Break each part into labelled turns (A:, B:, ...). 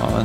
A: Ja,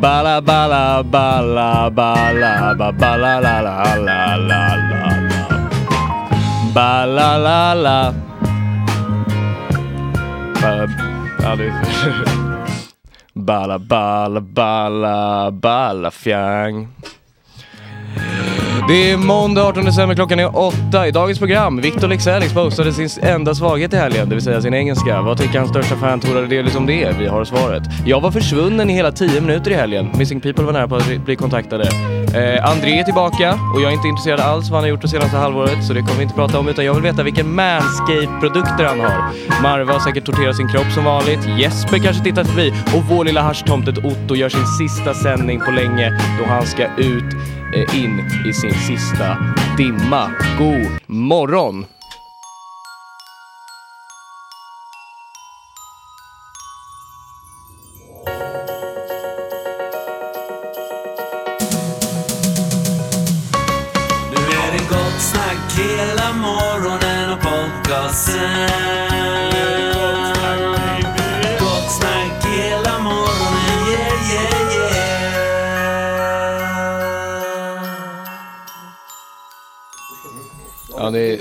B: Bala bala bala bala ba bala la la la la la la. Bala la la. Ba- Ja, det är... Bala bala bala bala fjang. Det är måndag 18 december, klockan är åtta. I dagens program, Victor Leksell exposade sin enda svaghet i helgen, det vill säga sin engelska. Vad tycker hans största fan Tora Redelius om det? Vi har svaret. Jag var försvunnen i hela 10 minuter i helgen. Missing People var nära på att bli kontaktade. Eh, André är tillbaka och jag är inte intresserad alls vad han har gjort det senaste halvåret, så det kommer vi inte prata om, utan jag vill veta vilken manscape-produkter han har. Marva har säkert torterat sin kropp som vanligt. Jesper kanske tittar förbi och vår lilla haschtomtet Otto gör sin sista sändning på länge då han ska ut eh, in i sin sista dimma. God morgon!
C: hela morgonen och podcasten. Gott snack hela morgonen, yeah, yeah, yeah.
B: Ja, det är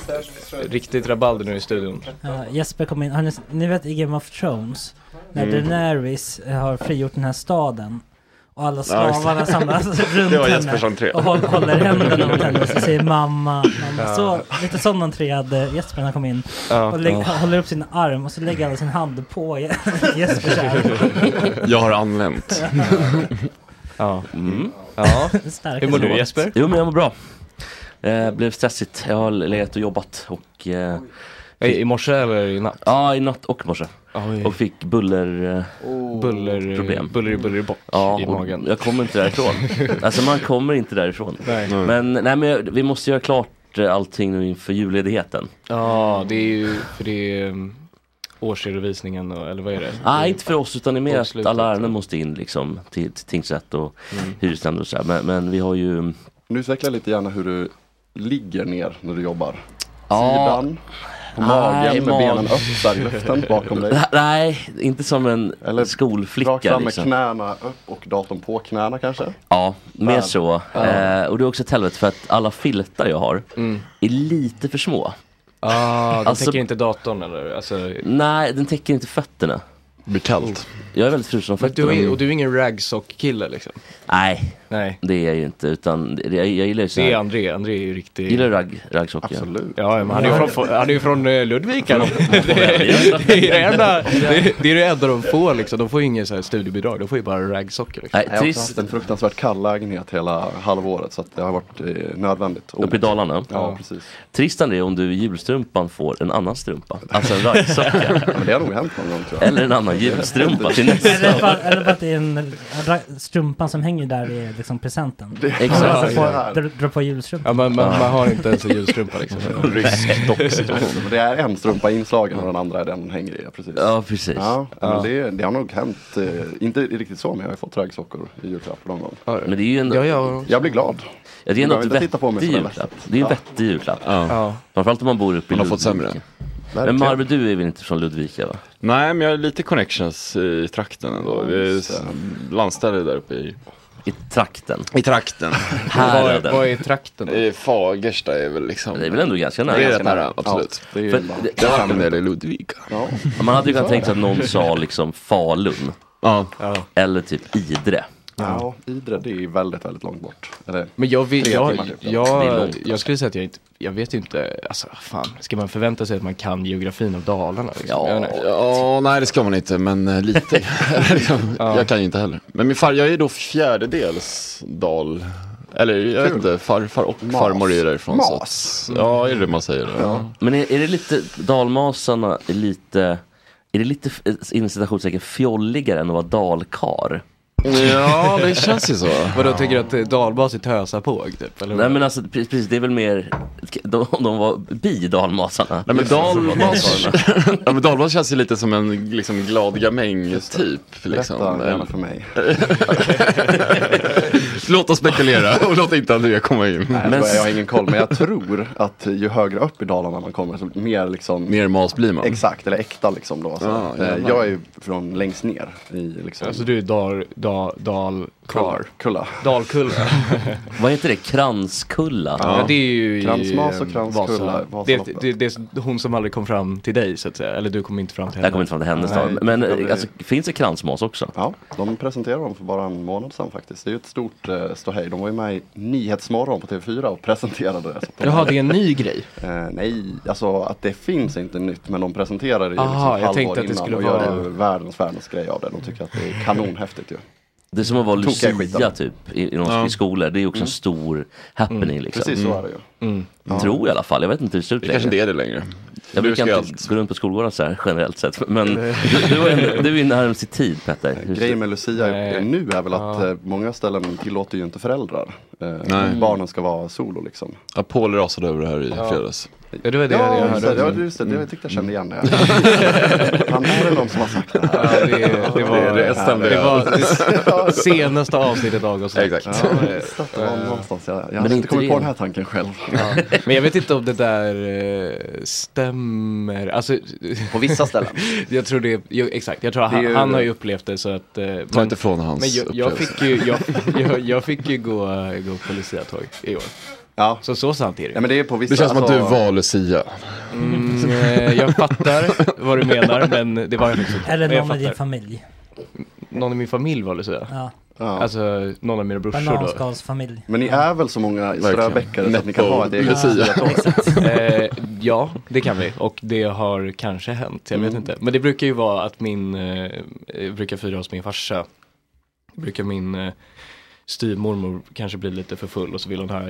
B: riktigt rabalder nu i studion.
D: Ja, Jesper kom in. Har ni, ni vet i Game of Thrones? När
E: Mm.
D: Daenerys eh, har frigjort den här staden. Och alla
E: Ja, just det.
D: slavarna samlas runt
E: Det var
D: henne.
E: Jespers entré.
D: Och håll, håller händerna mot henne och så säger mamma. mamma. Så, lite sån entré hade Jesper när han kom in. Och lägg, håller upp sin arm och så lägger alla sin hand på Je- Jespers arm.
E: Jag har anlänt.
B: Ja. ja.
D: Stark.
B: Hur mår du Jesper?
C: Mm. Jo men jag mår bra. Eh, blev stressigt. Jag har legat och jobbat och eh,
B: I, I morse eller i natt?
C: ja i natt och morse.
B: Oj. Oh,
C: Och fick buller... Eh,
B: buller,
C: problem.
B: buller i buller i bock
C: Ja,
B: i
C: och
B: magen.
C: jag kommer inte därifrån. alltså man kommer inte därifrån.
B: Nej.
C: Men, nej, men jag, vi måste göra klart eh, allting nu inför julledigheten.
B: Ja, det är ju för det är um, årsredovisningen och, eller vad är det?
C: Nej, Ah, inte för oss utan det är mer att
B: Avslutat,
C: alla ärenden
B: ja.
C: måste in liksom, till, till tingsrätt och hyresnämnd och sådär. Men, men vi har ju...
E: Du utvecklar lite gärna hur du ligger ner när du jobbar.
C: Ja,
E: Sidan, på
C: Nej,
E: magen med
C: mag-
E: benen upp, där i luften bakom dig.
C: nej, inte som en
E: Eller
C: skolflicka.
E: Rakt fram med
C: liksom.
E: knäna upp och datorn på knäna kanske.
C: Ja, mer
E: Fan.
C: så. Eh, och det är också ett helvete för att alla filtar jag har är lite för små.
B: Ah, det
C: Alltså-
B: täcker inte datorn eller? Alltså,
C: Nej, den täcker inte fötterna.
E: Blir kallt.
C: Jag är väldigt frusen om
B: men du
C: fötterna.
B: är, och du är ingen ragsock-kille liksom?
C: Nej,
B: Nej.
C: det är jag ju inte. Utan det, jag, jag gillar ju såna
B: Det är
C: här...
B: André, André är ju riktig...
C: Gillar du ragg, raggsockor?
E: Absolut.
B: Ja, men han är ju från, han är ju från eh, Ludvika. De- det, är- det, är det, enda, det, det är det enda de får liksom. De får ju inget så här studiebidrag, de får ju bara raggsockor liksom.
C: Nej,
E: Jag har också
C: trist.
E: haft en fruktansvärt kall lägenhet hela halvåret så att det har varit eh, nödvändigt.
C: Uppe i Dalarna.
E: Ja, precis.
C: Trist André om du i julstrumpan får en annan strumpa. Alltså en raggsocka.
E: Ja, men det har nog hänt någon gång tror jag.
C: Eller en annan julstrumpa till nästa.
D: Eller bara, eller bara att det är en, ra- strumpan som hänger där är liksom presenten.
C: Exakt.
D: Alltså, får-
E: Ja, ja.
D: dra- Dra på julstrumpan.
B: Ja, man, man, man har inte ens en julstrumpa liksom.
E: Rysk docksituation. Men Det är en strumpa inslagen och den andra är den den hänger i. Ja, precis.
C: Ja, precis.
E: Ja, Men det, det har nog hänt, eh, inte riktigt så men jag har ju fått raggsockor i julklapp någon gång.
C: Men det är ju en,
B: Ja, ja.
E: Jag blir glad.
C: ja, det är
E: behöver
C: en
E: inte titta på mig
C: vettig
E: sådär
C: julklapp.
E: ledset.
C: Det är en
E: Ja.
C: vettig julklapp.
B: ja.
C: Framförallt om man bor uppe i
F: Man har fått
C: Ludvika.
F: sämre.
C: Men Marve, du är väl inte från Ludvika va?
F: Nej, men jag har lite connections i trakten ändå. Vi är s- landställe där uppe i...
C: I trakten?
F: I trakten.
C: Här är
B: Vad,
C: den.
B: vad är trakten då?
F: I Fagersta är väl liksom...
C: Det är väl ändå ganska nära?
F: Det är rätt nära, absolut.
E: Det är
C: För
E: ju bara,
C: det-
F: Det var en del i Ludvika.
E: ja.
C: Man hade ju kunnat tänka sig att någon sa liksom Falun
F: Ja.
C: eller typ Idre.
E: ja, Idre det är väldigt, väldigt långt bort. Eller,
B: Men jag, vill,
E: Tre
B: jag,
E: timmar typ,
C: Det
E: ja.
C: är
B: jag,
F: alltså.
C: långt,
B: jag skulle säga att jag inte, jag vet inte, alltså fan, ska man förvänta sig att man kan geografin av Dalarna? Liksom? Jag vet inte.
F: Ja, nej det ska man inte, men eh, lite. Liksom, Jag kan ju inte heller. Men min far, jag är då fjärdedels dal. Eller jag vet inte, farfar och farmor är ju därifrån. så att-
E: Mas.
F: Ja, är det det man säger? Ja.
C: Men är, är det lite, dalmasarna är lite, är det lite f- inom citationstecken fjolligare än att vara dalkar?
F: ja, det känns ju så.
B: Vadå, tycker du att eh, dalbas är tösapåg typ? Eller?
C: Nej men alltså pre- precis, det är väl mer, de, om de var bi dalmasarna.
F: Nej men dalmas, ja, men dalmas känns ju lite som en liksom, glad gamäng typ. Liksom.
E: Berätta gärna för mig.
F: Typ, Låt oss spekulera och låt inte Andrea komma in.
E: Nej,
C: Men-
E: men... Alltså, Jag har ingen koll men jag tror att ju högre upp i Dalarna man kommer så mer liksom
F: Mer mas blir man.
E: Exakt, eller äkta liksom då. Så.
C: Ah,
F: Ja,
E: Eh,
F: jävlar.
E: jag är ju från längst ner i liksom
B: Alltså du är dal, dal, dalkar.
E: Kulla.
B: Dalkulla.
C: Vad heter det? Kranskulla?
B: Ja. det är ju i,
E: Kransmas och
B: eh,
E: kranskulla,
B: Vasa. Det,
E: Vasaloppet.
B: det, det är hon som aldrig kom fram till dig så att säga, eller du kom inte fram till henne.
C: Jag kommer inte fram till hennes dal.
E: Nej,
C: Men
E: jag blir-
C: alltså, finns det kransmas också?
E: Ja, de presenterade dem för bara en månad sedan faktiskt. Det är ju ett stort eh, ståhej. De var ju med i Nyhetsmorgon på TV4 och presenterade det. Så att de,
B: Jaha, det är en ny grej.
E: eh, nej, alltså att det finns är inte nytt men de presenterar det ju
B: Aha,
E: liksom ett
B: jag
E: halvår
B: tänkte
E: innan
B: att det skulle
E: och
B: vara-
E: gör ju världens, världens grej av det. De tycker att det är kanonhäftigt ju.
C: Det är som att vara
E: Tokiga
C: Lucia
E: skiten.
C: typ i, i, någon, i skolor. Det är ju
F: Mm.
C: också en stor happening liksom.
E: Precis så är det ju.
B: Mm.
C: Tror jag i alla fall. Jag vet inte hur det ser ut
F: Det kanske
C: längre.
F: inte är det längre.
C: Jag
F: Du ska
C: brukar
F: ju
C: inte gå runt på skolgårdar så här generellt sett. Men du, du, är, du är närmast i tid Petter. Hur-
E: Grejen med Lucia
B: Nej.
E: är- nu är väl att eh, många ställen tillåter ju inte föräldrar Eh,
F: Nej.
E: Barnen ska vara solo liksom.
F: Ja, Paul rasade över det här i fredags.
B: Ja, det var det
E: ja,
B: jag
E: just det,
B: hörde.
E: ja, just det, det jag tyckte jag kände igen det. Han är väl de som har sagt det här.
B: Ja, det, det var
F: Det- det stämde
B: det,
F: jag.
B: var det senaste avsnittet av August.
F: Exakt.
E: Ja, just det, det var någonstans. Jag, jag hade
C: inte
E: inte kommit
C: det.
E: på den här tanken själv.
B: Men jag vet inte om det där eh, stämmer. Alltså,
G: På vissa ställen.
B: jag tror det, jo, exakt, jag tror
G: Det är
B: han,
G: ju-
B: han har ju upplevt det så att... eh,
F: Ta
B: men-
F: inte från hans
B: Men jag, jag
F: upplevelse.
B: fick ju, jag, jag, jag fick ju gå, gå på Lucia-tåg i år.
E: Ja.
B: Så så sant är det
E: ja,
B: ju.
E: men det är på vissa.
F: Det känns som att du
E: alltså-
F: var Lucia.
B: Mm, eh, jag fattar vad du menar men det var jag faktiskt inte.
D: Eller
B: Men jag
D: någon i din
B: fattar.
D: familj.
B: Någon i min familj var Lucia.
D: Ja.
E: Ja.
B: Alltså någon av mina brorsor då.
D: Bananskalsfamilj.
E: men ni är väl så många ströbäckare så att ni kan ha ett eget
F: Lucia.
B: Eh, ja, det kan vi och det har kanske hänt, jag vet
C: Mm.
B: inte. Men det brukar ju vara att min, eh, jag brukar fira hos min farsa, brukar min eh, styvmormor kanske bli lite för full och så vill hon höra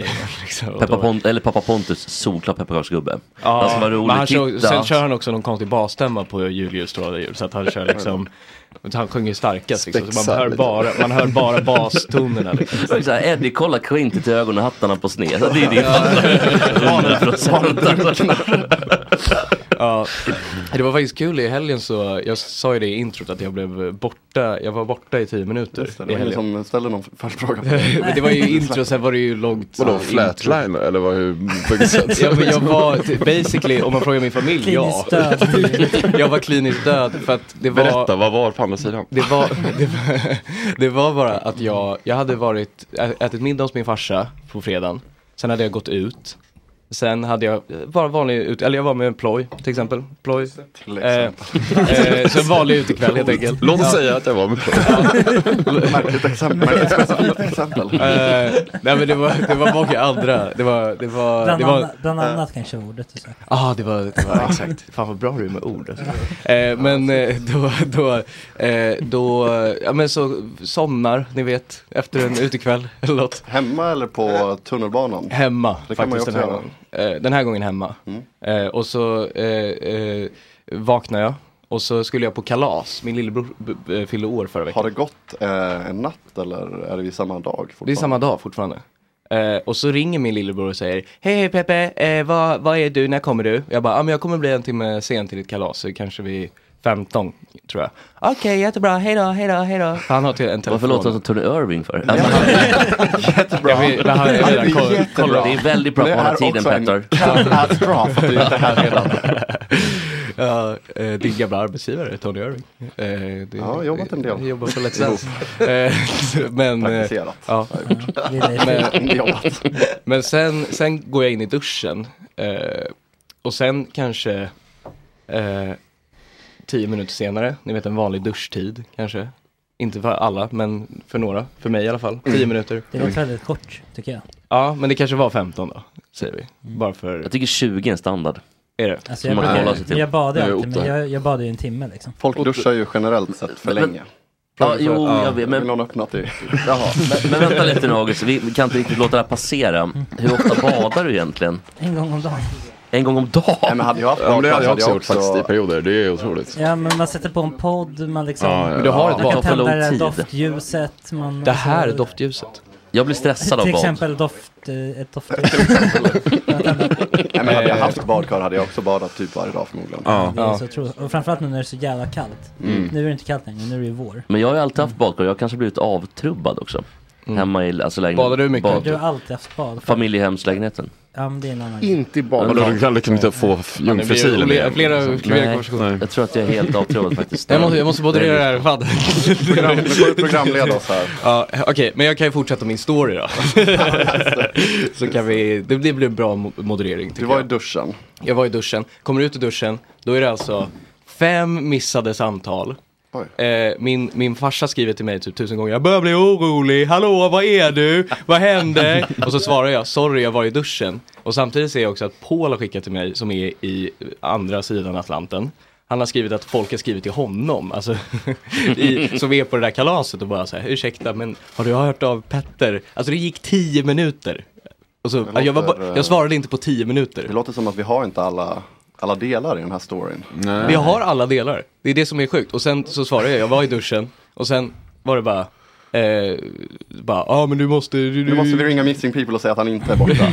B: gängar. Liksom. Och
C: Peppa
B: då-
C: Pont- eller pappa Pontus, solklar pepparkaksgubbe.
B: Ja,
C: Alltså, vad roligt.
B: men han kör,
C: Titta.
B: sen kör han också någon konstig basstämma på juljulstrålade jul så att han kör liksom han sjunger ju starkast liksom, så man
F: Spexar
B: hör
F: lite.
B: bara, man hör bara bastonerna liksom.
C: Det är så här, Eddie, kolla Quintet i ögonen, hattarna på sned. Så Det är din Hundra procent.
B: Ja, det var faktiskt kul i helgen så, jag sa ju det i introt att jag blev borta, jag var borta i tio minuter
E: Det
B: i
E: var ingen
B: helgen.
E: som ställde någon följdfråga.
B: Men det var ju intro, sen var det ju långt.
F: Vadå,
B: intro.
F: flatliner eller vad, hur, på vilket sätt?
B: Ja, men jag var t- basically, om man frågar min familj, ja.
D: Kliniskt död.
B: Jag var kliniskt död för att det var
F: Berätta, vad var på andra sidan?
B: det var, det, var, det var bara att jag, jag hade varit, ä- ätit middag hos min farsa på fredagen. Sen hade jag gått ut. Sen hade jag bara vanlig ut, eller jag var med en ploj till exempel. Ploj.
E: Till
B: Eh,
E: exempel.
B: eh, så en vanlig utekväll helt enkelt.
F: Låt oss säga att jag var med på
E: Märkligt exempel. Märkligt specifikt exempel.
B: Eh, nej men det var, det var många andra. Det var, det var,
D: Bland,
B: det var
D: anna, bland annat kanske ordet. Och så.
B: Ja, ah, det var, det var exakt. Fan vad bra du är med ord. alltså. Eh, men eh, då, då, eh, då, ja men så somnar, ni vet, efter en utekväll eller något.
E: Hemma eller på tunnelbanan?
B: Hemma
E: Det kan man ju
B: faktiskt den här
E: också
B: gången. Eh, den här gången hemma. Eh, och så eh, eh, vaknar jag och så skulle jag på kalas. Min lillebror b- b- fyllde år förra veckan.
E: Har det gått eh, en natt eller är det vid samma dag? Fortfarande?
B: Det är samma dag fortfarande. Eh, och så ringer min lillebror och säger Hej hej Peppe, eh, vad, vad är du, när kommer du? Jag bara, ah, men jag kommer bli en timme sen till ditt kalas, så kanske vi 15 tror jag. Okej, jättebra, hej då, hej då, hej då. För Han har till en telefon.
C: Varför låter han som Tony Irving för? Alltså,
B: Jag vet, men han är redan
E: Det är
B: koll-
E: jättebra.
B: koll-
C: det är väldigt bra på att hålla tiden Petter.
E: Katastrof att du inte är här redan.
B: Ja, eh, din gamla arbetsgivare, Tony Irving. Eh, det,
E: jag har jobbat en del.
B: jag Jobbar för Let's Dance. Eh, men, eh,
E: Praktiserat.
B: ja,
D: Lille-
B: men,
E: Inte jobbat.
B: Men sen, sen går jag in i duschen eh, och sen kanske eh, tio minuter senare, ni vet en vanlig duschtid kanske. Inte för alla, men för några. För mig i alla fall. Tio minuter.
D: Det låter väldigt kort, tycker jag.
B: Ja, men det kanske var 15 då, säger vi. Bara för...
C: Jag tycker 20 är en standard.
B: Är det?
D: Alltså, jag,
C: Man kan hålla sig
D: brukar,
C: till-
D: jag badar
F: Nu är
D: ju
F: jag
D: alltid, men
F: Otto.
D: jag, jag badar ju en timme liksom.
E: Folk duschar ju generellt sett
C: Men-
E: för länge.
C: Ja, jo, jag vet.
E: Men
C: Men,
E: någon öppnat det.
C: jaha, men, men vänta lite nu August, vi vi kan inte riktigt låta det här passera. Hur ofta badar du egentligen?
D: En gång om dagen.
C: En gång om
E: Nej,
C: dagen?
E: men hade jag haft
F: Ja, men det hade jag
E: badkar
F: också
E: så
F: gjort faktiskt i perioder, det är otroligt.
D: Ja, men man sätter på en podd, man liksom...
F: Ja, ja.
B: Men du har ett
C: det
B: val.
D: Man
C: tar för
D: tänder
C: lång
D: det här
C: tid.
D: doftljuset. Man,
B: Det här
D: alltså-
B: doftljuset.
C: Jag blir stressad av
D: Till
C: bad.
D: exempel doft, eh, ett doftljus.
E: Nej, men hade
B: Eh.
E: jag haft badkar hade jag också badat typ varje dag förmodligen.
F: Ja.
D: Det är så otroligt. Och framförallt nu när det är så jävla kallt. Nu är det inte kallt längre, nu är det ju vår.
C: Men jag har ju alltid haft badkar, jag har kanske blivit avtrubbad också. Hemma i alltså, lägenheten.
B: Badar du mycket?
C: Bad-
D: Du har alltid haft bad.
C: Familjehemslägenheten.
D: Ja, men det är en annan grej.
G: Inte i bad.
F: Vadå, du kan liksom inte få f-
B: Det blir
F: jungfrusilen
B: flera,
F: igen?
B: flera, flera
C: Nej,
B: konversationer.
C: jag tror att jag är helt avtrubbad faktiskt.
B: Jag måste, jag måste moderera det här, fan.
E: Program, nu får du programleda oss här.
B: Ja, okej, men jag kan ju fortsätta min story då. så kan vi, det blir det blir en bra mo- moderering tycker
E: Du var i
B: jag.
E: duschen.
B: Jag var i duschen, kommer ut ur duschen, då är det alltså fem missade samtal.
E: Oj.
B: Eh, min, min farsa skriver till mig typ tusen gånger, jag börjar bli orolig, hallå vad är du, vad hände? Och så svarar jag, sorry jag var i duschen. Och samtidigt ser jag också att Paul har skickat till mig som är i andra sidan Atlanten. Han har skrivit att folk har skrivit till honom, alltså, i, som är på det där kalaset och bara så här, ursäkta men har du hört av Petter? Alltså det gick tio minuter. Och så,
E: Det
B: jag, var,
E: låter,
B: bara-
E: eh,
B: jag svarade inte på tio minuter.
E: Det låter som att vi har inte alla, alla delar i den här storyn.
B: Vi har alla delar. Det är det som är sjukt. Och sen så svarade jag, jag var i duschen. Och sen var det bara, Eh, bara, ja ah, men du måste... Du,
E: Nu måste vi ringa Missing People och säga att han inte är borta.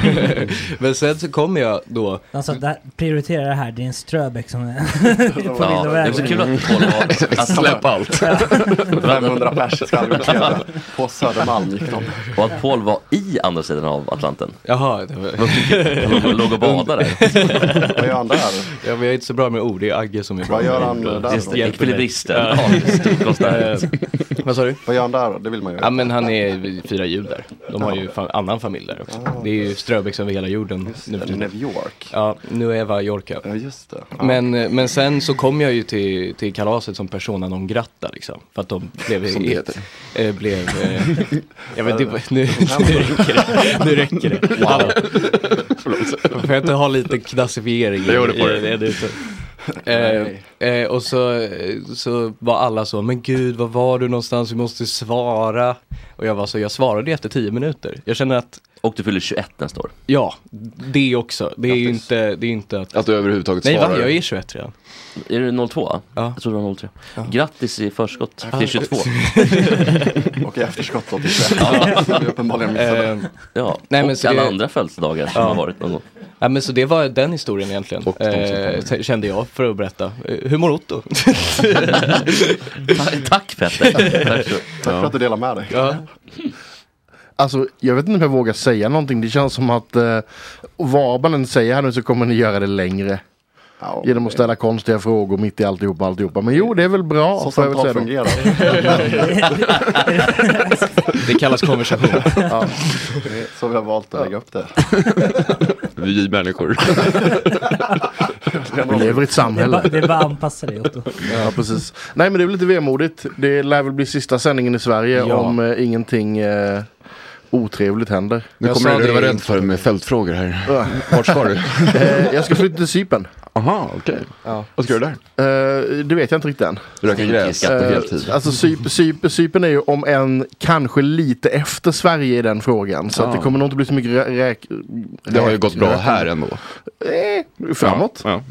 B: men sen så kommer jag då...
D: Alltså, det här, prioritera det här, det är en Ströbeck som är på
E: Ja,
D: vill och
C: det är så kul att Paul har... Att,
F: Släpp allt.
E: 500 pers ska aldrig markera. På Södermalm gick de.
C: och att Paul var i andra sidan av Atlanten.
B: Jaha, det var,
C: Han låg- låg och badade.
E: Vad gör han där?
B: ja, men jag är inte så bra med ord, det är Agge som är bra
E: Vad gör han
B: med ord.
E: där?
C: Just
E: då?
C: det,
B: Hjälper mig.
C: ekvilibristen. Ja, just, konstnär.
B: Eh, Vad sa du?
E: Vad gör han där? då? Det vill man ju.
B: Ja men han är vi firar jul där. De har ju fan, annan familj där också.
E: Ah.
B: Det är ju Ströbäcks över hela jorden nu för tiden.
E: New York.
B: Ja, Nueva Yorka.
E: Ja, just det. Ja.
B: Men, eh, men sen så kom jag ju till, till kalaset som persona non grata liksom. För att de blev...
F: Som det heter.
B: eh, blev eh, jag vet inte, nu, nu räcker det. Nu räcker det. Wow. Får jag inte ha lite klassifiering?
F: Jo, det får
B: i-
F: du.
B: i- i- det? Eh, eh, och så, så var alla så, men gud, var var du någonstans? Vi måste svara. Och jag var så, jag svarade ju efter tio minuter. Jag känner att,
C: Och du fyller 21 nästa år.
B: ja, det också. Det är ju
E: Grattis.
B: inte, det är inte att...
F: Att du överhuvudtaget
B: Nej, va?
F: svarar.
B: Jag är 21 redan.
C: Är du 02?
B: Ja.
C: Jag tror du var 03. Grattis i förskott till 22.
E: Och i efterskott 85. Ja. Som vi uppenbarligen missade.
B: Eh,
C: Ja,
B: Nej, men
C: och
B: så
C: alla
B: det-
C: andra födelsedagar som har varit någon gång.
B: Ja, men så det var den historien egentligen,
F: Och de som
B: eh,
F: kommer.
B: kände jag för att berätta. Eh, Hur mår Otto?
C: Ta- Tack Petter! Tack så-
E: Tack för att du delar med dig.
B: ja.
G: Alltså, jag vet inte om jag vågar säga någonting. Det känns som att eh, vad man än säger här nu så kommer ni göra det längre.
E: Ja,
G: Genom att ställa konstiga frågor mitt i alltihopa, alltihopa. Men jo, det är väl bra.
E: Så
G: får jag väl
E: samtal
G: säga då.
E: fungerar.
B: Det kallas konversation.
E: Det är Så vi har valt att lägga upp det.
F: Vi människor.
G: Vi lever i
D: Det
G: ett
D: är
G: samhälle.
D: bara- det är bara att anpassa dig Otto.
G: Ja, precis. Nej, men det är väl lite vemodigt. Det lär väl bli sista sändningen i Sverige
B: Ja.
G: om eh, ingenting eh, otrevligt händer.
F: Nu
B: Jag
F: kommer
B: sa
F: det du
B: det
F: vara
B: i
F: rädd för med fältfrågor här. Vart ska du?
G: Eh, jag ska flytta till Cypern.
F: Aha, okej. Vad ska du där?
G: Eh, det vet jag inte riktigt än.
F: Röka gräs på
C: skatt.
F: heltid.
G: Alltså Cypern Cyper, Cypern är ju om en kanske lite efter Sverige i den frågan. Så
F: Ja.
G: att det kommer nog inte bli så mycket rä- räk...
F: Det har ju
G: räk-
F: gått bra
G: räkande.
F: här ändå.
G: Eh, framåt.
F: Ja, ja.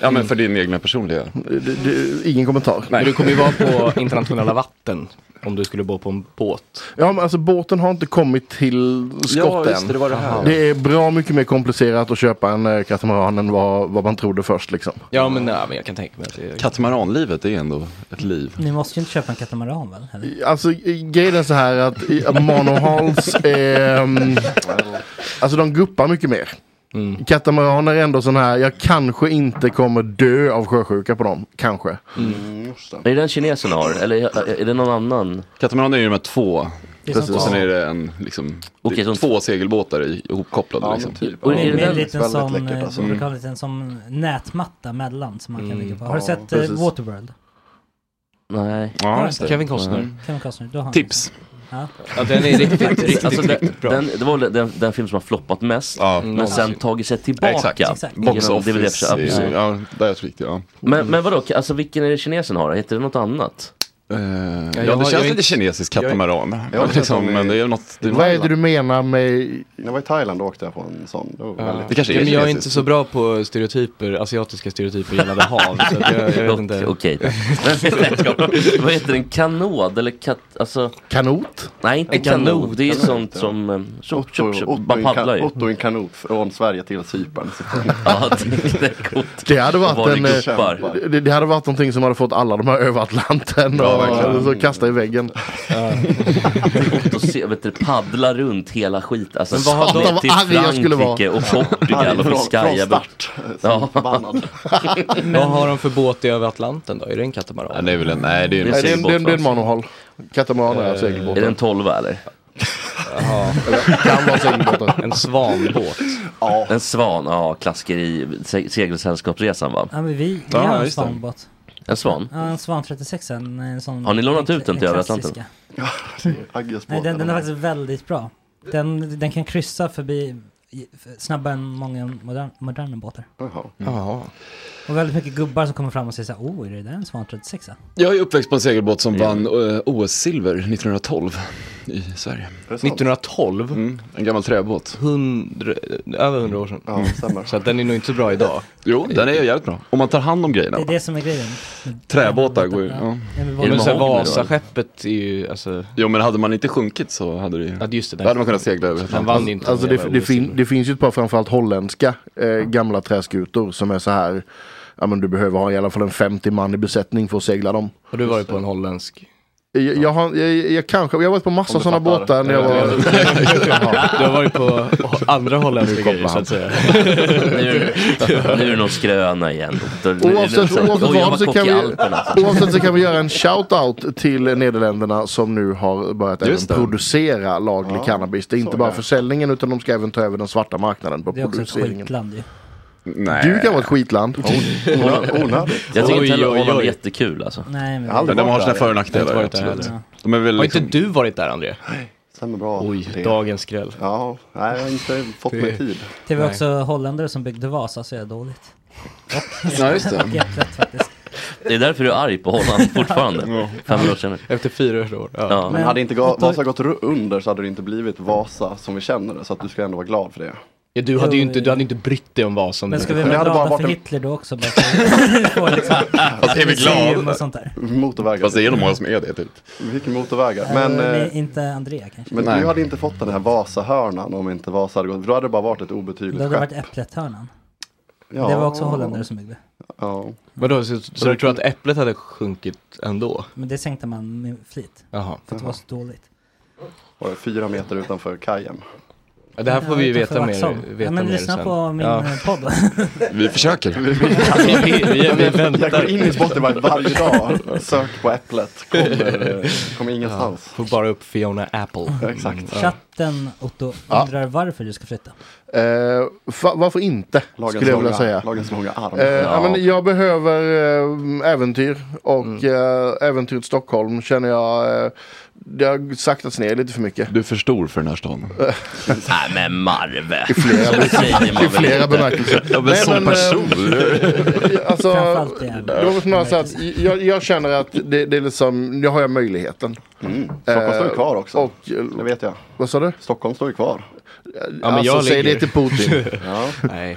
F: ja men för din egna personliga.
G: Det- det- ingen kommentar.
B: Men du kommer ju vara på internationella vatten om du skulle bo på en båt.
G: Ja, men alltså båten har inte kommit till skott än.
F: var det här.
G: Det är bra mycket mer komplicerat att köpa en eh, katamaran än vad, vad man trodde först liksom.
B: Ja men, nej, men jag kan tänka mig att det är...
F: Katamaranlivet är ändå ett liv.
D: Ni måste ju inte köpa en katamaran väl? Eller?
G: Alltså eh, grejen är så här att i- monohulls är... mm, Alltså de guppar mycket mer.
C: Mm.
G: Katamaraner är ändå sån här, jag kanske inte kommer dö av sjösjuka på dem. Kanske.
C: Är det den kinesen har? Eller är är det någon annan?
F: Katamaran är ju de här två.
D: Det är som
F: Och sen
D: två.
F: är det en, liksom,
C: Okej,
F: det
C: så-
F: är två segelbåtar i- ihopkopplade.
E: Ja,
F: liksom.
E: men typ.
C: Och
D: Det
C: är
D: är
C: det
D: med en
C: den?
D: liten
E: väldigt
D: sån, eh,
E: läckert, alltså.
D: brukar ha en liten sån nätmatta mellan som man kan ligga på. Har du
E: ja,
D: sett eh,
G: precis.
D: Waterworld?
C: Nej.
F: Ja,
B: Kevin Costner.
D: Kevin Costner, du har en
F: Tips.
B: Ja, den är riktigt, riktigt,
C: Alltså, den,
B: riktigt bra.
C: den, det var väl den, den film som har floppat mest.
F: Ja.
C: Men sen tagit sig tillbaka.
F: Exakt.
D: Exakt.
F: Box
C: Genom DVD
F: office.
C: Ja, precis.
F: i- Ja, där är jag riktigt, ja.
C: Men, men vadå, alltså vilken är det kinesen har? Heter det något annat?
F: Eh,
B: jag
F: ja,
B: har-
F: det
B: jag är
F: känns lite
B: inte-
F: kinesisk katamaran.
E: jag har sett
F: liksom,
E: dem i-
F: men det är ju något... Det,
G: Vad är det du menar med...
E: När jag var i Thailand och åkte jag på en sån. Det var väldigt...
F: det kanske är
B: Ja, men jag är
F: kinesiskt.
B: inte så bra på stereotyper, asiatiska stereotyper gällande hav. Så att jag, jag vet inte.
C: Okej. okej. Vad heter den? Kanod eller kat... Alltså,
G: Kanot?
C: nej inte
B: En kanot.
C: kanod. Det är
E: Kanot,
C: sånt
E: ja.
C: som... eh, Tjopp,
E: Otto,
C: tjopp,
E: Otto,
C: tjopp. Man
E: i en
C: paddlar
E: kan,
C: ju.
E: Otto i en kanot från Sverige till Cypern. Så-
C: Ja, det det är coolt.
G: Det hade
C: Var
G: varit en...
C: det
G: eh,
C: guppar.
G: Det, det hade varit någonting som hade fått alla de här över Atlanten
F: Ja,
G: och
F: verkligen.
G: eller så kasta i väggen.
C: Och se, vet du, paddla runt hela skiten. Alltså,
B: Men vad har
C: ner
G: de-
C: till
G: vad arg jag skulle vara.
C: Frankrike och Portugal
E: Från,
C: och
E: från
C: Biscaya.
E: start.
C: Ja.
E: Så förbannad.
B: Vad har de för båt i över Atlanten då? Är det en
F: Ja,
B: katamaran?
F: det är väl en, nej, det är ju en
G: Nej, det är en, det är en, det är en
F: segelbåt.
G: monohull. Katamaraner är
C: Är det en
G: segelbåtar.
C: tolva eller?
G: Kan vara segelbåtar.
B: En svanbåt?
E: Ja,
C: En svan, ja klassiker i se- segelsällskapsresan va?
D: Ja, men vi, vi
F: Ja,
D: har en
F: just det.
D: svanbåt.
C: En svan?
D: Ja, en svan 36 en, en sån.
C: Har ni lånat ut den till över Atlanten?
D: klassiska.
E: Agges
D: Nej,
E: båt.
D: den, den är faktiskt väldigt bra. Den, den kan kryssa förbi i- f- snabbare än många modern, moderna båtar.
F: Jaha.
D: Och väldigt mycket gubbar som kommer fram och säger så här, oh, är det där en Svan 36
F: Jag är uppväxt på en segelbåt som vann eh, OS-silver 1912 i Sverige.
B: sant? 1912?
F: Mm, en gammal träbåt.
B: Hundra, över hundra år sedan.
F: Ja, stämmer.
B: Så att den är nog inte så bra idag.
F: Jo, den är ju jävligt bra. Om man tar hand om grejerna.
D: Det är det som är grejen.
F: Träbåtar går ju... Ja.
B: Men sen Vasaskeppet är ju, alltså...
F: Jo, men hade man inte sjunkit så hade det ju...
B: Ja, just det.
F: Då hade man kunnat segla över.
B: Han vann ju inte.
G: Alltså det, det, fin, det finns ju ett par framförallt holländska eh, gamla träskutor som är så här. Ja men du behöver ha i alla fall en 50 man i besättning för att segla dem.
B: Har du varit på en holländsk?
G: Jag, jag, har, jag, jag kanske, jag har varit på massa sådana båtar när jag var...
B: Du har varit på andra holländska grejer så att säga.
C: Nu, nu är det någon skröna igen.
G: Oavsett, oavsett,
C: Oj, jag var
G: vad så
C: kock
G: kan
C: i
G: vi,
C: Alperna.
G: oavsett så kan vi göra en shout-out till Nederländerna som nu har börjat även
F: Just det.
G: producera laglig
F: Ja,
G: cannabis. Det är inte
F: så
G: bara
F: är det.
G: försäljningen utan de ska även ta över den svarta marknaden på
D: Det är också ett
G: produceringen.
D: skitland ju.
F: Nej.
G: Du kan vara ett skitland.
C: Jag tycker inte heller
B: Oj, oj,
C: Holland är
B: oj.
C: jättekul alltså.
D: Nej, men-
F: Men de har sina för och nackdelar.
B: Jag har inte varit där
F: absolut.
B: heller.
F: De är väl
B: Har inte
F: liksom...
B: du varit där André?
E: Stämmer bra.
B: Oj,
E: det.
B: dagens skräll.
E: Ja, nej, jag har inte fått mig tid.
D: Det var
B: Nej.
D: också holländare som byggde Vasa så är det dåligt. Och,
F: Ja, just det.
D: Helt rätt faktiskt.
C: Det är därför du är arg på Holland fortfarande. Fem år senare.
B: Efter fyra år. Ja.
C: Ja.
E: Men hade inte
D: Men-
E: Ga- Vasa gått ru- under så hade det inte blivit Vasa som vi känner det. Så att du skulle ändå vara glad för det.
B: Ja, du, hade ju inte, du hade inte brytt dig om Vasan.
D: Men ska vi
E: Men
D: vara
E: det hade bara
D: glada
E: varit
D: för
E: en-
D: Hitler då också? Bara för, liksom,
F: Fast är vi
D: museum
F: glada?
D: och sånt där.
E: Motorvägar.
F: Fast det är nog många som är det typ.
E: Vilken motorvägar.
D: Men,
E: Men, eh,
D: inte Andrea kanske.
E: men
F: Nej.
E: du hade inte fått den här Vasa-hörnan om inte Vasa hade gått. Då hade det bara varit ett
D: Det
E: obetydligt
D: hade
E: skepp.
D: varit Äpplet-hörnan.
E: Ja.
D: Det var också holländare som byggde.
E: Ja.
B: Vadå, så, så du tror att
D: Mm.
B: äpplet hade sjunkit ändå?
D: Men det sänkte man med flit.
B: Jaha.
D: För att det var så dåligt.
E: Var det fyra meter utanför kajen.
B: Ja, det här får vi ju
D: Ja,
B: veta
D: utanför
B: mer,
D: Vaxholm.
B: veta
D: ja, men
B: mer
D: lyssna
B: sen.
D: på min
B: Ja.
D: eh, podd.
F: Vi försöker.
B: vi, vi, vi
E: Jag går
B: väntar.
E: in i Spotify varje dag. Sök på Äpplet. Kommer, eh, kommer ingenstans.
B: Får bara upp Fiona Apple.
E: Exakt.
D: Chatten Otto
G: Ja.
D: undrar varför du ska flytta.
G: Eh, fa- varför inte?
E: Lagens
G: skulle jag vilja
E: långa-
G: säga.
E: Lagens långa arm.
G: Eh, ja. men jag behöver eh, äventyr och eh, äventyret Stockholm känner jag eh, det har saktats ner lite för mycket.
F: Du är för stor för den här stan.
C: Nej men Marve.
G: I flera,
C: Så säger man
G: i
C: väl
G: flera
C: inte.
G: bemärkelser.
F: Ja, men
G: Nej,
F: som
G: men, eh,
F: person.
G: Alltså,
D: Framförallt det.
G: det var snarare så att jag, jag känner att det, det är liksom, nu har jag möjligheten.
E: Mm. Stockholm står ju
G: eh,
E: kvar också.
G: Och,
E: det vet jag.
G: vad sa du?
E: Stockholm står ju kvar.
B: Ja, men
G: alltså,
B: jag
G: säg det
B: ligger-
G: till Putin.
E: Ja.
B: Nej.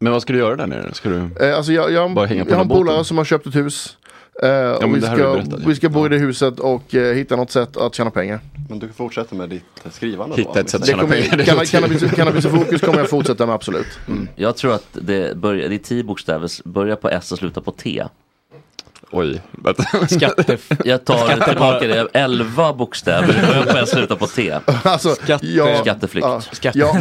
F: Men vad ska du göra där nere? Ska du...
G: Eh, alltså jag, jag,
F: Bara hänga på
G: jag har en
F: den här båten.
G: polare som har köpt ett hus. Eh,
F: men
G: och vi
F: det här har du
G: ska,
F: berättat, ja.
G: vi ska bo i det huset och eh, hitta något sätt att tjäna pengar.
E: Men du fortsätter med ditt skrivande
F: Hitta
E: då?
F: ett sätt att
G: Det
F: tjäna pengar,
G: kommer,
F: det
G: canna-
F: låter ju-
G: cannabis, cannabis och fokus kommer jag fortsätta med absolut. Mm.
C: Mm. Jag tror att det, börjar, det är tio bokstäver, börjar på S och slutar på T.
F: Oj.
C: Skatte... Jag tar tillbaka det. Elva bokstäver. Nu börjar jag sluta på T.
G: Alltså, jag-
C: Skatteflykt.
G: ja, Jag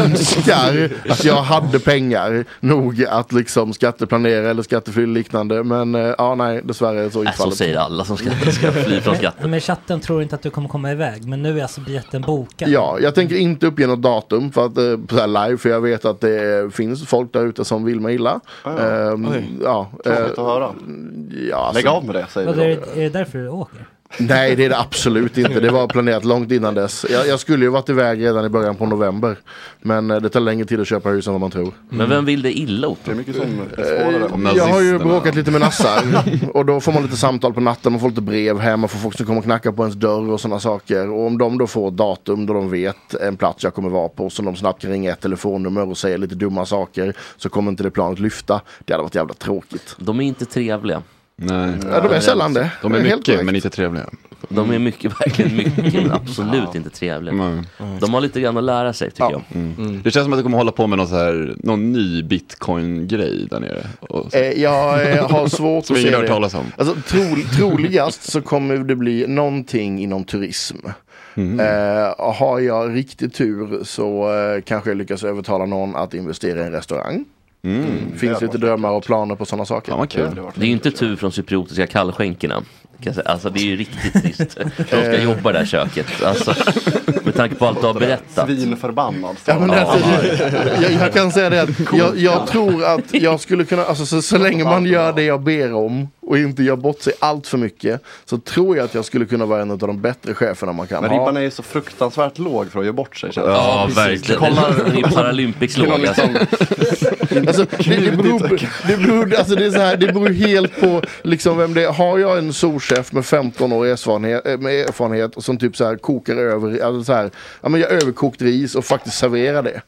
G: önskar att jag hade pengar nog att liksom skatteplanera eller skattefly eller liknande. Men eh, ja, nej, dessvärre är så inte
C: Äh, så säger alla som ska, ska fly från skatt.
D: Men chatten tror inte att du kommer komma iväg. Men nu är alltså biljetten bokad.
G: Ja, jag tänker inte uppge något datum för att, eh, på så här live, för jag vet att det finns folk där ute som vill mig illa.
D: Ah,
G: Ehm,
D: ja.
E: Oj.
G: ja,
E: Tråkigt
G: eh,
E: att höra.
G: Ja, alltså-
E: Lägg av med det säger
D: Vad
E: vi
D: är,
E: då.
D: det- är det därför du åker?
G: Nej, det är det absolut inte. Det var planerat långt innan dess. Jag, jag skulle ju varit iväg redan i början på november. Men eh, det tar längre tid att köpa hus än vad man tror.
C: Men vem vill det illa åt? Det är
E: mycket som
G: Eh,
F: alltså,
G: Jag har ju bråkat lite med nassar och då får man lite samtal på natten, man får lite brev hem, man får folk som kommer och knackar på ens dörr och sådana saker. Och om de då får ett datum då de vet en plats jag kommer vara på som de snabbt kan ringa ett telefonnummer och säga lite dumma saker så kommer inte det planet lyfta. Det hade varit jävla tråkigt.
C: De är inte trevliga.
F: Nej.
G: Ja, de är sällan det.
F: De är
G: Helt
F: mycket,
G: korrekt.
F: men inte trevliga.
C: De är mycket, verkligen mycket, men absolut inte trevliga. De har lite grann att lära sig tycker jag.
F: Mm. Det känns som att du kommer hålla på med någon, så här, någon ny bitcoin-grej där nere. Och så.
G: Eh, jag eh, har svårt
F: Som
G: att
F: ingen
G: se
F: har hört
G: det.
F: talas om.
G: Alltså, tro, troligast så kommer det bli någonting inom turism. Eh, och har jag riktig tur så eh, kanske jag lyckas övertala någon att investera i en restaurang. Finns lite drömmar och planer på sådana saker.
C: Det är ju inte tur från cypriotiska kallskänkorna. kan jag säga. Alltså det är ju riktigt trist. De ska jobba i det här köket. Alltså, med tanke på allt du har berättat.
E: Svinförbannad.
G: Ja, men alltså, jag, jag kan säga det att jag, jag tror att jag skulle kunna, alltså, så, så länge man gör det jag ber om och inte gör bort sig allt för mycket så tror jag att jag skulle kunna vara en av de bättre cheferna man kan
E: Men
G: ha.
E: ribban är ju så fruktansvärt låg för att ge bort sig. känns det.
C: Ja, verkligen. Det är Paralympics låg, alltså.
G: alltså, det, det, beror, liksom, det, beror, alltså, det, är så här, det beror helt på liksom, vem det är. Har jag en souschef med 15 år erfarenhet, eh, med erfarenhet och som typ så här kokar över, alltså, så här, ja, men jag överkokt ris och faktiskt serverar det.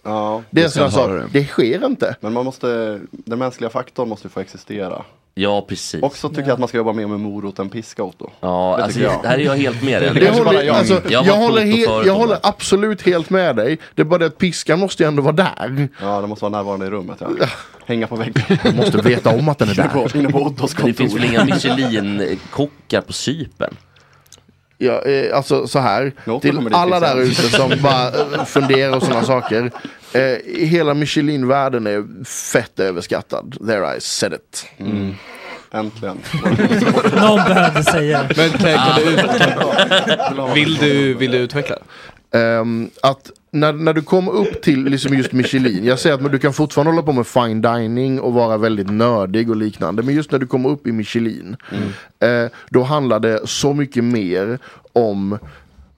G: det är en sån här sak, det sker inte.
E: Men man måste, den mänskliga faktorn måste ju få existera.
C: Ja, precis.
E: Och så tycker jag att man ska jobba mer med morot än piska Otto.
C: Ja,
E: Det
C: alltså,
E: tycker jag.
C: här är jag helt med dig.
E: Det
G: Jag
E: kanske bara
G: håller,
E: jag.
G: alltså,
C: Jag
G: jag,
C: har varit
G: håller
C: ute
G: he-
C: förut
G: jag
C: om
G: håller absolut helt med dig. Det är bara det att piskan måste ju ändå vara där.
E: Ja, det måste vara närvarande i rummet. Ja. Hänga på väggen.
G: Man måste veta om att den är
E: Inne på-
G: där.
E: Inne på Ottos
C: Men
E: kontor.
C: det finns väl inga Michelin-kockar på Cypern?
G: Ja, eh, alltså så här, till
C: kommer dit
G: alla
C: sen.
G: där ute som bara eh, funderar och sådana saker. Eh, hela Michelin-världen är fett överskattad. There I said it.
E: Äntligen.
D: Någon behövde säga det.
G: Men kan- kan du-
B: Vill du, vill du utveckla?
G: Ehm, att när, när du kommer upp till liksom just Michelin, jag säger att men du kan fortfarande hålla på med fine dining och vara väldigt nördig och liknande. Men just när du kommer upp i Michelin, eh, då handlar det så mycket mer om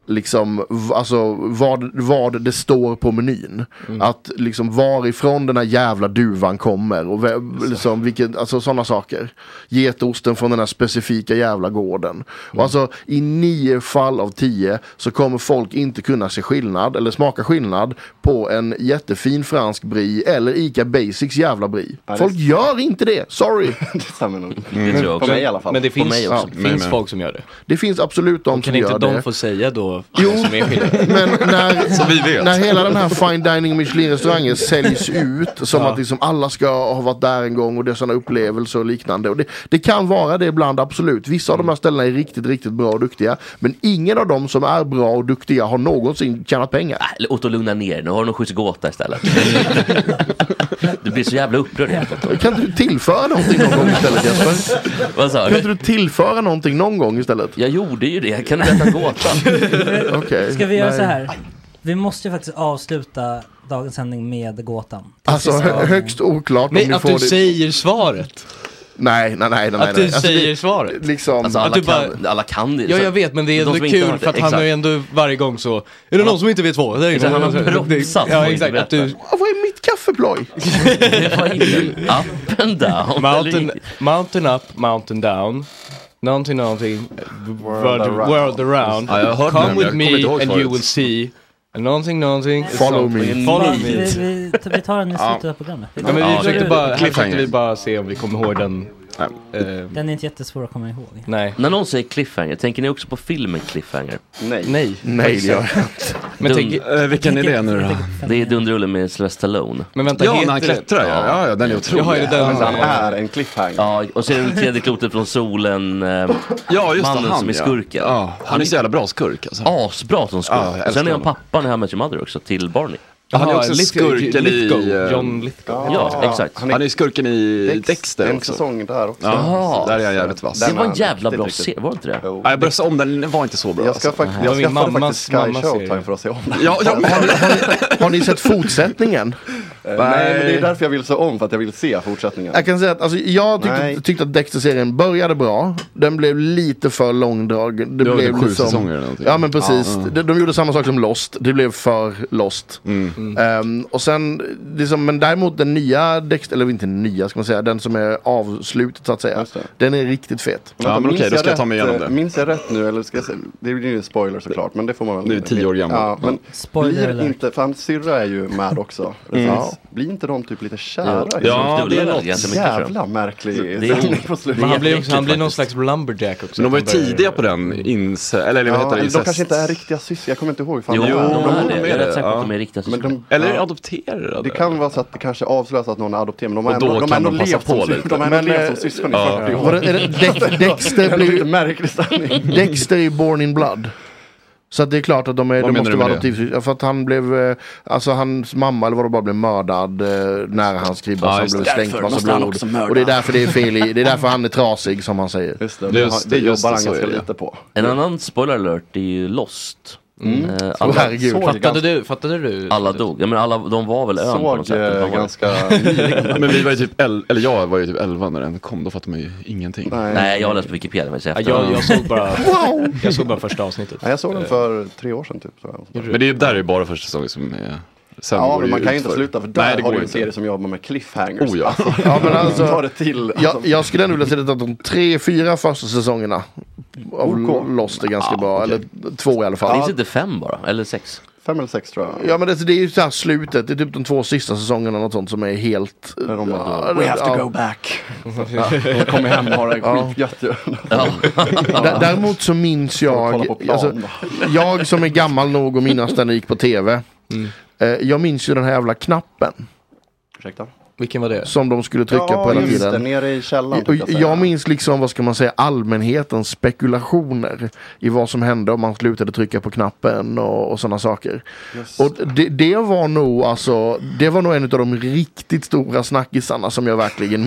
G: liksom, v- alltså, vad, vad det står på menyn. Att liksom varifrån den här jävla duvan kommer och vem- liksom, vilken, alltså sådana saker. Getosten från den här specifika jävla gården. Och alltså i nio fall av tio så kommer folk inte kunna se skillnad eller smaka skillnad på en jättefin fransk brie eller ICA Basics jävla brie.
E: det-
G: Folk gör inte det, sorry.
E: det stämmer nog.
G: Mm. tror jag
E: På
G: också.
E: mig i alla fall.
B: Men det finns,
G: också.
B: det
G: Mig
B: finns
G: med.
B: folk som gör det.
G: Det finns absolut de som
B: Kan inte
G: gör
B: de
G: det.
B: få säga då jo. som är skillnaden?
G: Men när,
B: Som vi vet.
G: när hela den här fine dining och Michelin-restaurangen säljs ut som att liksom alla ska ha varit där en gång och det är sådana upplevelser och liknande. Och det, det kan vara det ibland, absolut. Vissa av de här ställena är riktigt, riktigt bra och duktiga. Men ingen av dem som är bra och duktiga har någonsin tjänat pengar.
C: Eller Otto, lugna ner Nu har du någon schysst gåta istället. Du blir så jävla upprörd helt Otto.
G: Kan inte du tillföra någonting någon gång istället Jesper?
C: Vad sa
G: Kan inte
C: du?
G: du tillföra någonting någon gång istället?
C: Jag gjorde ju det. Kan du berätta gåtan?
G: Okej.
D: Ska vi göra
G: Nej.
D: så här? Vi måste ju faktiskt avsluta dagens sändning med gåtan.
G: Alltså hö- högst oklart om ni får det.
B: svaret.
G: Nej, nej, nej. nej, nej.
B: Att du
G: Alltså, det-
B: säger svaret.
G: Liksom,
C: Alltså, alla,
B: Att du bara-
C: kan, alla kan det.
B: Ja
C: Så-
B: jag vet men det är
C: de
B: ändå
C: som inte
B: kul
C: har det-
B: för att han har
C: exakt.
B: ju ändå varje gång så Är det någon som inte vet vad? Det är
C: Exakt, han har propsat på
B: Ja
C: att inte
B: exakt, att du
G: Ah, Vad är mitt kaffeploj?
C: Up and down.
B: mountain, mountain up, mountain down Någonting, någonting World,
C: around.
B: world around
F: Ja, jag har hört den,
B: Come
F: men jag
B: with
F: kommer
B: me
F: inte ihåg
B: and you
F: förut.
B: will see Någonting, någonting is
F: Follow
B: something.
F: me.
B: Follow
D: Va,
B: me
D: vi, vi, vi tar den i slutet av programmet.
B: Ja, men vi försökte bara, här försökte
F: Cliffhanger.
B: vi bara se om vi kom ihåg den Eh,
D: Den är inte jättesvår att komma ihåg.
B: Nej.
C: När någon säger cliffhanger, tänker ni också på filmen Cliffhanger?
E: Nej.
B: Nej. Nej, det gör jag inte. Men tänk- eh, vilken är det nu då?
C: Det är Dunderullen med Sylvester Stallone.
B: Men vänta, Ja, när heter han det- klättrar, ja. Ja, ja, den är otrolig. Jaha, är det den
C: Ja,
B: som-
E: en cliffhanger.
C: Ja, och så är det väl tredje klotet från solen, eh,
F: Ja, just det,
C: mannen
F: han,
C: som är
F: ja.
C: skurken.
F: Ja, han är så jävla bra skurk alltså.
C: Asbra som skurk.
F: Ja, jag älskar
C: Sen är han
F: honom.
C: pappan i How I Met Your Mother också, till Barney.
F: Ja, han är också skurken i... eh,
C: Ja, exakt.
F: Han är, skurken i
C: Dex-
F: Dexter
C: en
F: också.
C: säsong
E: där
C: också.
F: Ja,
C: Jaha.
F: där är han jävligt vass.
C: Det Den var en är jävla riktigt, bra riktigt. serie, var det inte det?
F: Nej, jag bröstade om den, den var inte så bra. alltså.
E: Jag ska fakt- jag skaffade faktiskt Sky Showtime för att se om den.
F: Ja, ja, men-
G: Har ni sett fortsättningen?
E: Eh, Nej, men det är därför jag vill se om, för att jag vill se fortsättningen.
G: Jag kan säga att alltså, jag
E: Nej.
G: tyckte, tyckte att Dexter-serien började bra. Den blev lite för långdragen.
F: Det var
G: blev
F: typ
G: liksom-
F: sju säsonger eller någonting.
G: Ja men precis.
F: Ja.
G: De, de gjorde samma sak som Lost. Det blev för Lost.
F: Mm.
E: Mm.
G: Ehm, och sen, liksom, men däremot den nya Dexter, eller inte nya ska man säga, den som är avslutet så att säga. Den är riktigt fet.
E: Vänta, minns rätt, eh, Minns jag rätt nu, eller ska jag säga, det blir ju en spoiler såklart, men det får man väl.
F: Nu är vi tio år gammal.
E: Ja, men
F: Spoiler
E: blir
F: alert.
E: inte, för hans syrra är ju med också.
F: Mm.
E: Ja. Blir inte de typ lite kära?
F: Ja,
E: i-
F: Ja, det är något. jättemycket, tror jag.
E: jävla märklig
F: Det är-
E: sändning på slutet.
B: Men han blir, också, han blir någon slags lumberjack
F: Men
B: också.
F: de var ju
B: Att han börjar-
F: tidiga på den, ins, eller, eller vad
E: Ja,
F: heter det,
E: eller de
F: incest.
E: kanske inte är riktiga syskon, jag kommer inte ihåg. Fan
F: Jo,
E: de
F: de är det. Jag är rätt säker på att
E: Ja.
F: de är riktiga
E: Men
F: syskon. Eller
E: Det
F: adopterade.
E: kan vara så att det kanske avslöjas att någon är adopterad, men de har
F: Och då
E: ändå, de
F: kan
E: ändå
F: de passa
E: levt som,
F: på
E: sy-
F: lite.
E: de har ändå
F: Men,
E: levt
F: eh,
E: som syskon
F: ja.
E: i 40 år.
G: Var det, är det, Dex, Dexter blev
E: Lite märklig stämning.
G: Dexter är ju born in blood. Så att det är klart att de, är,
F: Vad
G: de
F: menar
G: måste
F: du
G: vara
F: med det?
G: adoptivsyskon. Ja, För att han blev, eh, alltså hans mamma eller vad det var blev mördad eh, när han skribbade.
F: Ja,
G: så han
F: just
G: blev
F: det.
G: stänkt
F: Därför
G: massa
F: måste han
G: blod.
F: också mörda.
G: Och det är därför det är fel i, det är därför han är trasig som han säger.
E: Just
C: det, Just det, det just jobbar det, han så ganska är det. lite
E: på.
C: En annan spoiler alert är ju Lost.
E: Mm.
C: Eh,
E: Så herregud. Såg
C: Fattade
F: Alltså,
E: ganska-
C: du? Fattade du? Alla dog. Ja, men alla, de var väl ön på något sätt. De var-
F: Men vi eh, var ju typ, el- eller jag var ju typ 11 när den kom, då fattade man ju ingenting.
C: Nej, jag läste på Wikipedia. Men
F: Ja, jag- jag såg
B: bara-
F: Wow!
B: jag såg bara första avsnittet.
E: Ja, jag såg den för tre år sedan typ. tror jag.
F: Men det är ju där är ju bara första säsongen som är... Sen
E: ja,
F: går
E: men
F: det
E: man
F: ju
E: kan ju
F: utför.
E: inte sluta för där
F: Nej, det
E: har
F: går
E: du
F: ju
E: en
F: inte.
E: serie som jobbar med cliffhangers.
F: Oh, ja.
G: Ja, men alltså,
E: Ta det till.
G: Jag, jag skulle ändå vilja säga att de tre, fyra första säsongerna av Lost är ganska bra. Eller två i alla fall.
C: Finns det inte fem bara? Eller sex?
E: Fem eller sex tror jag.
G: Ja men Alltså, det, det är ju så här slutet, det är typ de två sista säsäsongerna något sånt som är helt... Ja,
E: We have to
G: ja.
E: go back. De kommer hem och har det
G: Ja.
E: skitgött ju.
G: Dä- Däremot så minns jag,
E: på plan
G: alltså, jag som är gammal nog att minnas när den gick på tv.
E: Mm.
G: Eh, jag minns ju den här jävla knappen
E: Ursäkta?
B: Vilken var det?
G: som de skulle trycka
E: ja,
G: på hela
E: just Det,
G: tiden.
E: nere i källaren.
G: Och
E: typ, säger.
G: jag minns liksom, vad ska man säga, allmänhetens spekulationer i vad som hände om man slutade trycka på knappen och, och sådana saker. Och det, det var nog alltså, det var nog en av de riktigt stora snackisarna som jag verkligen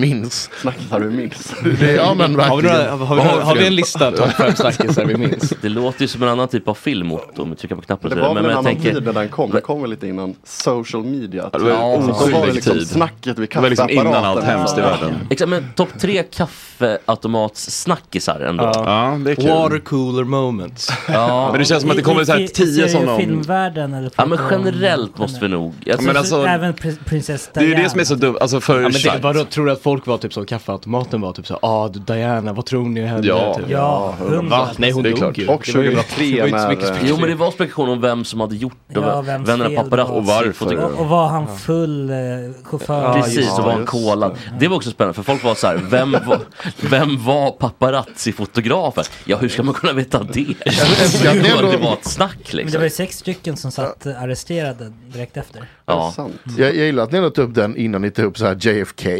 G: minns.
E: Snackisar du minns?
G: Det, ja men verkligen.
B: Har vi några- har vi- har vi en lista, topp fem snackisar vi minns?
C: Det låter ju som en annan typ av film åt om vi trycker på knappen.
E: Det
C: och så
E: var
C: vidare.
E: väl
C: men
E: en annan
C: jag
E: tid
C: tänker,
E: när den kom. Den kom väl lite innan social media.
C: Ja, det var ju
E: Alltså,
C: otroligt
E: då var det liksom
C: tid.
E: snacket vid
C: Det var liksom
E: kaffeapparaten.
C: innan allt hemskt i
F: världen.
C: Exakt, men topp tre kaffeautomatssnackisar ändå.
B: Ja. Ja, det är kul. Water cooler moments.
C: Ja.
F: Men det känns som att det kommer så här
D: I- i
F: tio
D: serie-
F: sådana om...
D: filmvärlden eller
C: Ja, men
D: pratar om-
C: generellt måste vi nog...
F: Ja, men alltså-
D: Även pr- prinsess
F: Det är ju
D: Diana.
F: det som är så dumt, alltså för...
B: Ja, men det,
F: tjej-
B: vadå, tror du att folk var typ som kaffeautomaten var typ så ah du Diana, vad tror ni hände?
F: Ja.
B: typ.
F: Ja, hundra.
B: Va? Nej hon
F: Det är
B: dog
F: klart.
B: ju.
F: Och
B: Det var ju- det var ju inte så mycket
C: Jo
B: spekulationer.
C: men det var spekulationer om vem som hade gjort det.
D: Ja,
C: vem
D: vems
C: vännerna
D: fel
C: paparazzi
D: det var. Och, och var han full eh, chaufför?
C: Precis, och var han kolad. Det var också spännande för folk var så här, vem var, vem var paparazzi-fotografen? Ja hur ska man kunna veta det?
D: Ja,
C: Det
D: det är
C: var
D: då-
C: privatsnack
D: Men det var
C: liksom.
D: ju sex stycken som satt eh, arresterade direkt efter.
C: Ja.
G: Jag, jag gillar att ni ändå tog upp den innan ni tog upp så här JFK.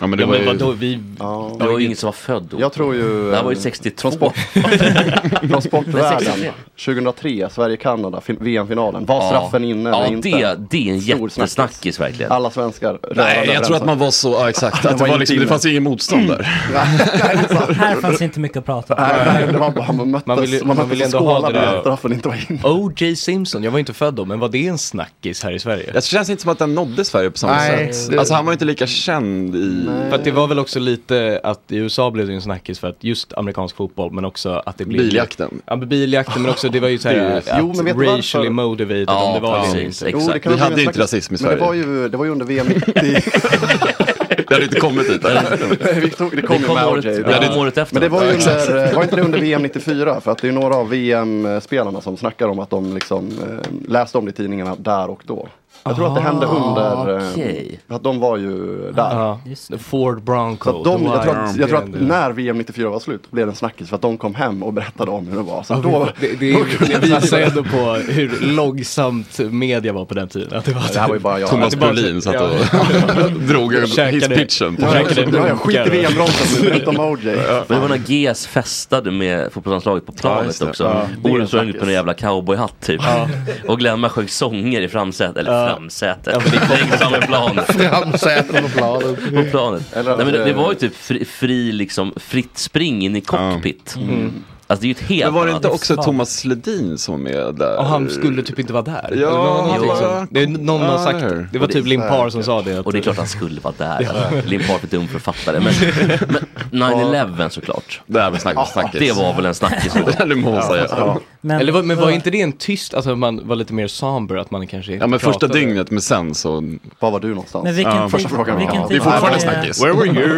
F: Ja men
C: det Ja, var men ju- vadå,
B: vi...
C: Det var ju ingen som var född då.
E: Jag tror ju...
C: Det här var ju
E: eh,
C: 62.
E: Från
C: Men
E: sportvärlden.
C: 63.
E: 2003, Sverige-Kanada, fin- VM-finalen. Var
C: Ja.
E: straffen inne
C: Ja,
E: eller inte?
C: det- det är en
E: Stor snackis.
C: jättesnackis verkligen.
E: Alla svenskar.
F: Nej, jag tror att man var så, ja exakt, att det, var liksom, det fanns ju ingen motstånd
B: Mm.
F: där.
D: Här fanns inte mycket att prata om.
E: Nej, det var bara man möttes.
B: Man vill, ju- man vill ändå ha det där.
E: Straffen inte var inne.
B: O.J. Simpson, jag var inte född då, men var det en snackis här i Sverige?
F: Det känns inte som att den nådde Sverige på samma
B: Nej,
F: sätt.
B: det-
F: Alltså han var inte lika känd i...
B: För att det var väl också lite att i USA blev det ju en snackis för att just amerikansk fotboll men också att det blev
F: Biljakten.
B: Ja men biljakten men också det var ju
F: Det är ju-
B: såhär
F: Jo, men vet
B: att
F: du varför?
B: racially motivated om det var det inte.
E: Jo, det kan ha blivit snackis. Men det var ju, det var ju under VM 90.
F: Det hade inte kommit dit.
E: Nej, vi tog, det kom ju med OJ.
F: Ja, det-
E: Men det var ju
F: Ja, exakt.
E: under, var inte det under VM 94? För att det är några av VM-spelarna som snackar om att de liksom eh, läste om det i tidningarna där och då. Jag tror att det hände
B: Ah,
E: under, eh,
B: okej. Ah,
E: för att de var ju där.
B: The Ford Bronco.
E: Så att de,
B: the
E: jag, tror att,
B: wild
E: jag tror
B: Arm.
E: att när VM 94 var slut blev det en snackis för att de kom hem och berättade om hur det var. Så
B: Ja,
E: då,
B: det, det,
E: då
B: det,
E: kunde
B: visar
E: Sverige-
B: ändå på hur långsamt media var på den tiden. Att det, var
E: Det här var ju bara jag.
F: Thomas
B: Att det bara-
F: Brolin satt och drog ur hisspitchen på-
C: Ja,
F: Käkade
C: ja, ja,
F: munkar.
C: Men det var när GS festade med fotbollslandslaget på planet
F: just det.
C: också.
F: Ja.
C: Ja. Orup sprang ut med en jävla cowboyhatt typ.
F: Ja.
C: Och Glenmark sjöng sånger i framsätet. Eller
F: Ja.
C: framsätet. Längst fram i planet.
G: Framsätet på planet.
C: På planet.
G: Eller-
C: Nej, men det, det var ju typ fri, fri liksom, fritt spring in i cockpit.
F: Mm.
C: Alltså det är ju ett helt
F: Men var det
C: annat-
F: inte också Thomas Ledin som var med där?
B: och han skulle typ inte vara
F: Ja,
B: där. Eller det var
F: han
B: någonting
F: var-
B: som- det är någon
F: Ja,
B: har sagt.
F: det är-
B: Det var
F: Och
B: typ
F: det-
B: Lin Parr som sa det.
C: Och det är klart han skulle vara där.
B: Ja.
C: Lin Parr är en dum författare. Men, men 9-11 såklart.
F: Det här med snack, snackis.
C: Det var väl en snackis.
F: Det må man säga. Ja.
D: Men,
B: Eller, var- men var
D: Ja.
B: inte det en tyst, alltså man var lite mer somber att man kanske
F: Ja men första
B: pratade.
F: dygnet men sen så...
E: Var var du någonstans?
D: Men vilken
F: ja,
D: tid-
F: första frågan
D: vilken
F: var.
D: tid
F: Det är fortfarande
D: var det-
F: snackis.
D: Where were you?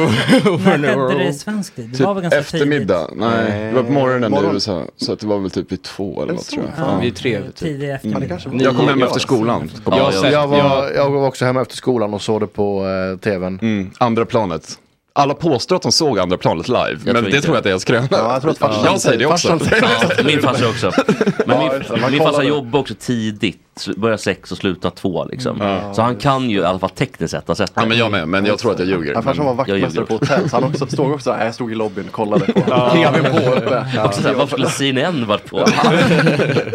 D: När skedde det i
F: world?
D: svensk tid? Det
F: Typ
D: var väl ganska
F: eftermiddag,
D: tidigt?
F: nej. Det var på morgonen
D: Morgon.
F: i USA. Så att det var väl typ vid två eller något tror jag.
D: Ja, vid tre, typ. Tidig eftermiddag. Nio,
F: Jag kom hem
D: ja.
F: efter skolan.
G: Jag, jag, var, jag var också hemma efter skolan och såg det på eh, tvn.
F: Mm, andra planet. Alla påstår att de såg andra planet live,
G: tror
F: men det
G: inte.
F: tror jag att det är en skröna.
G: Ja, jag tror att farsan
F: jag säger det också.
G: farsan säger det.
C: Ja, min farsa också. Men
F: Ja,
C: min,
F: just det. Man
C: min
F: kollar
C: farsa
F: det.
C: jobbade också tidigt. Började sex och slutade två liksom. Så han kan ju i alla fall tekniskt sett ha sett det. Ja
F: Mm. men jag med. Men jag tror att jag ljuger.
E: Han farsan var vaktmästare på hotell så han också, stod också där, jag stod i lobbyn och kollade på tvn på uppe.
C: Också såhär, varför skulle CNN varit på?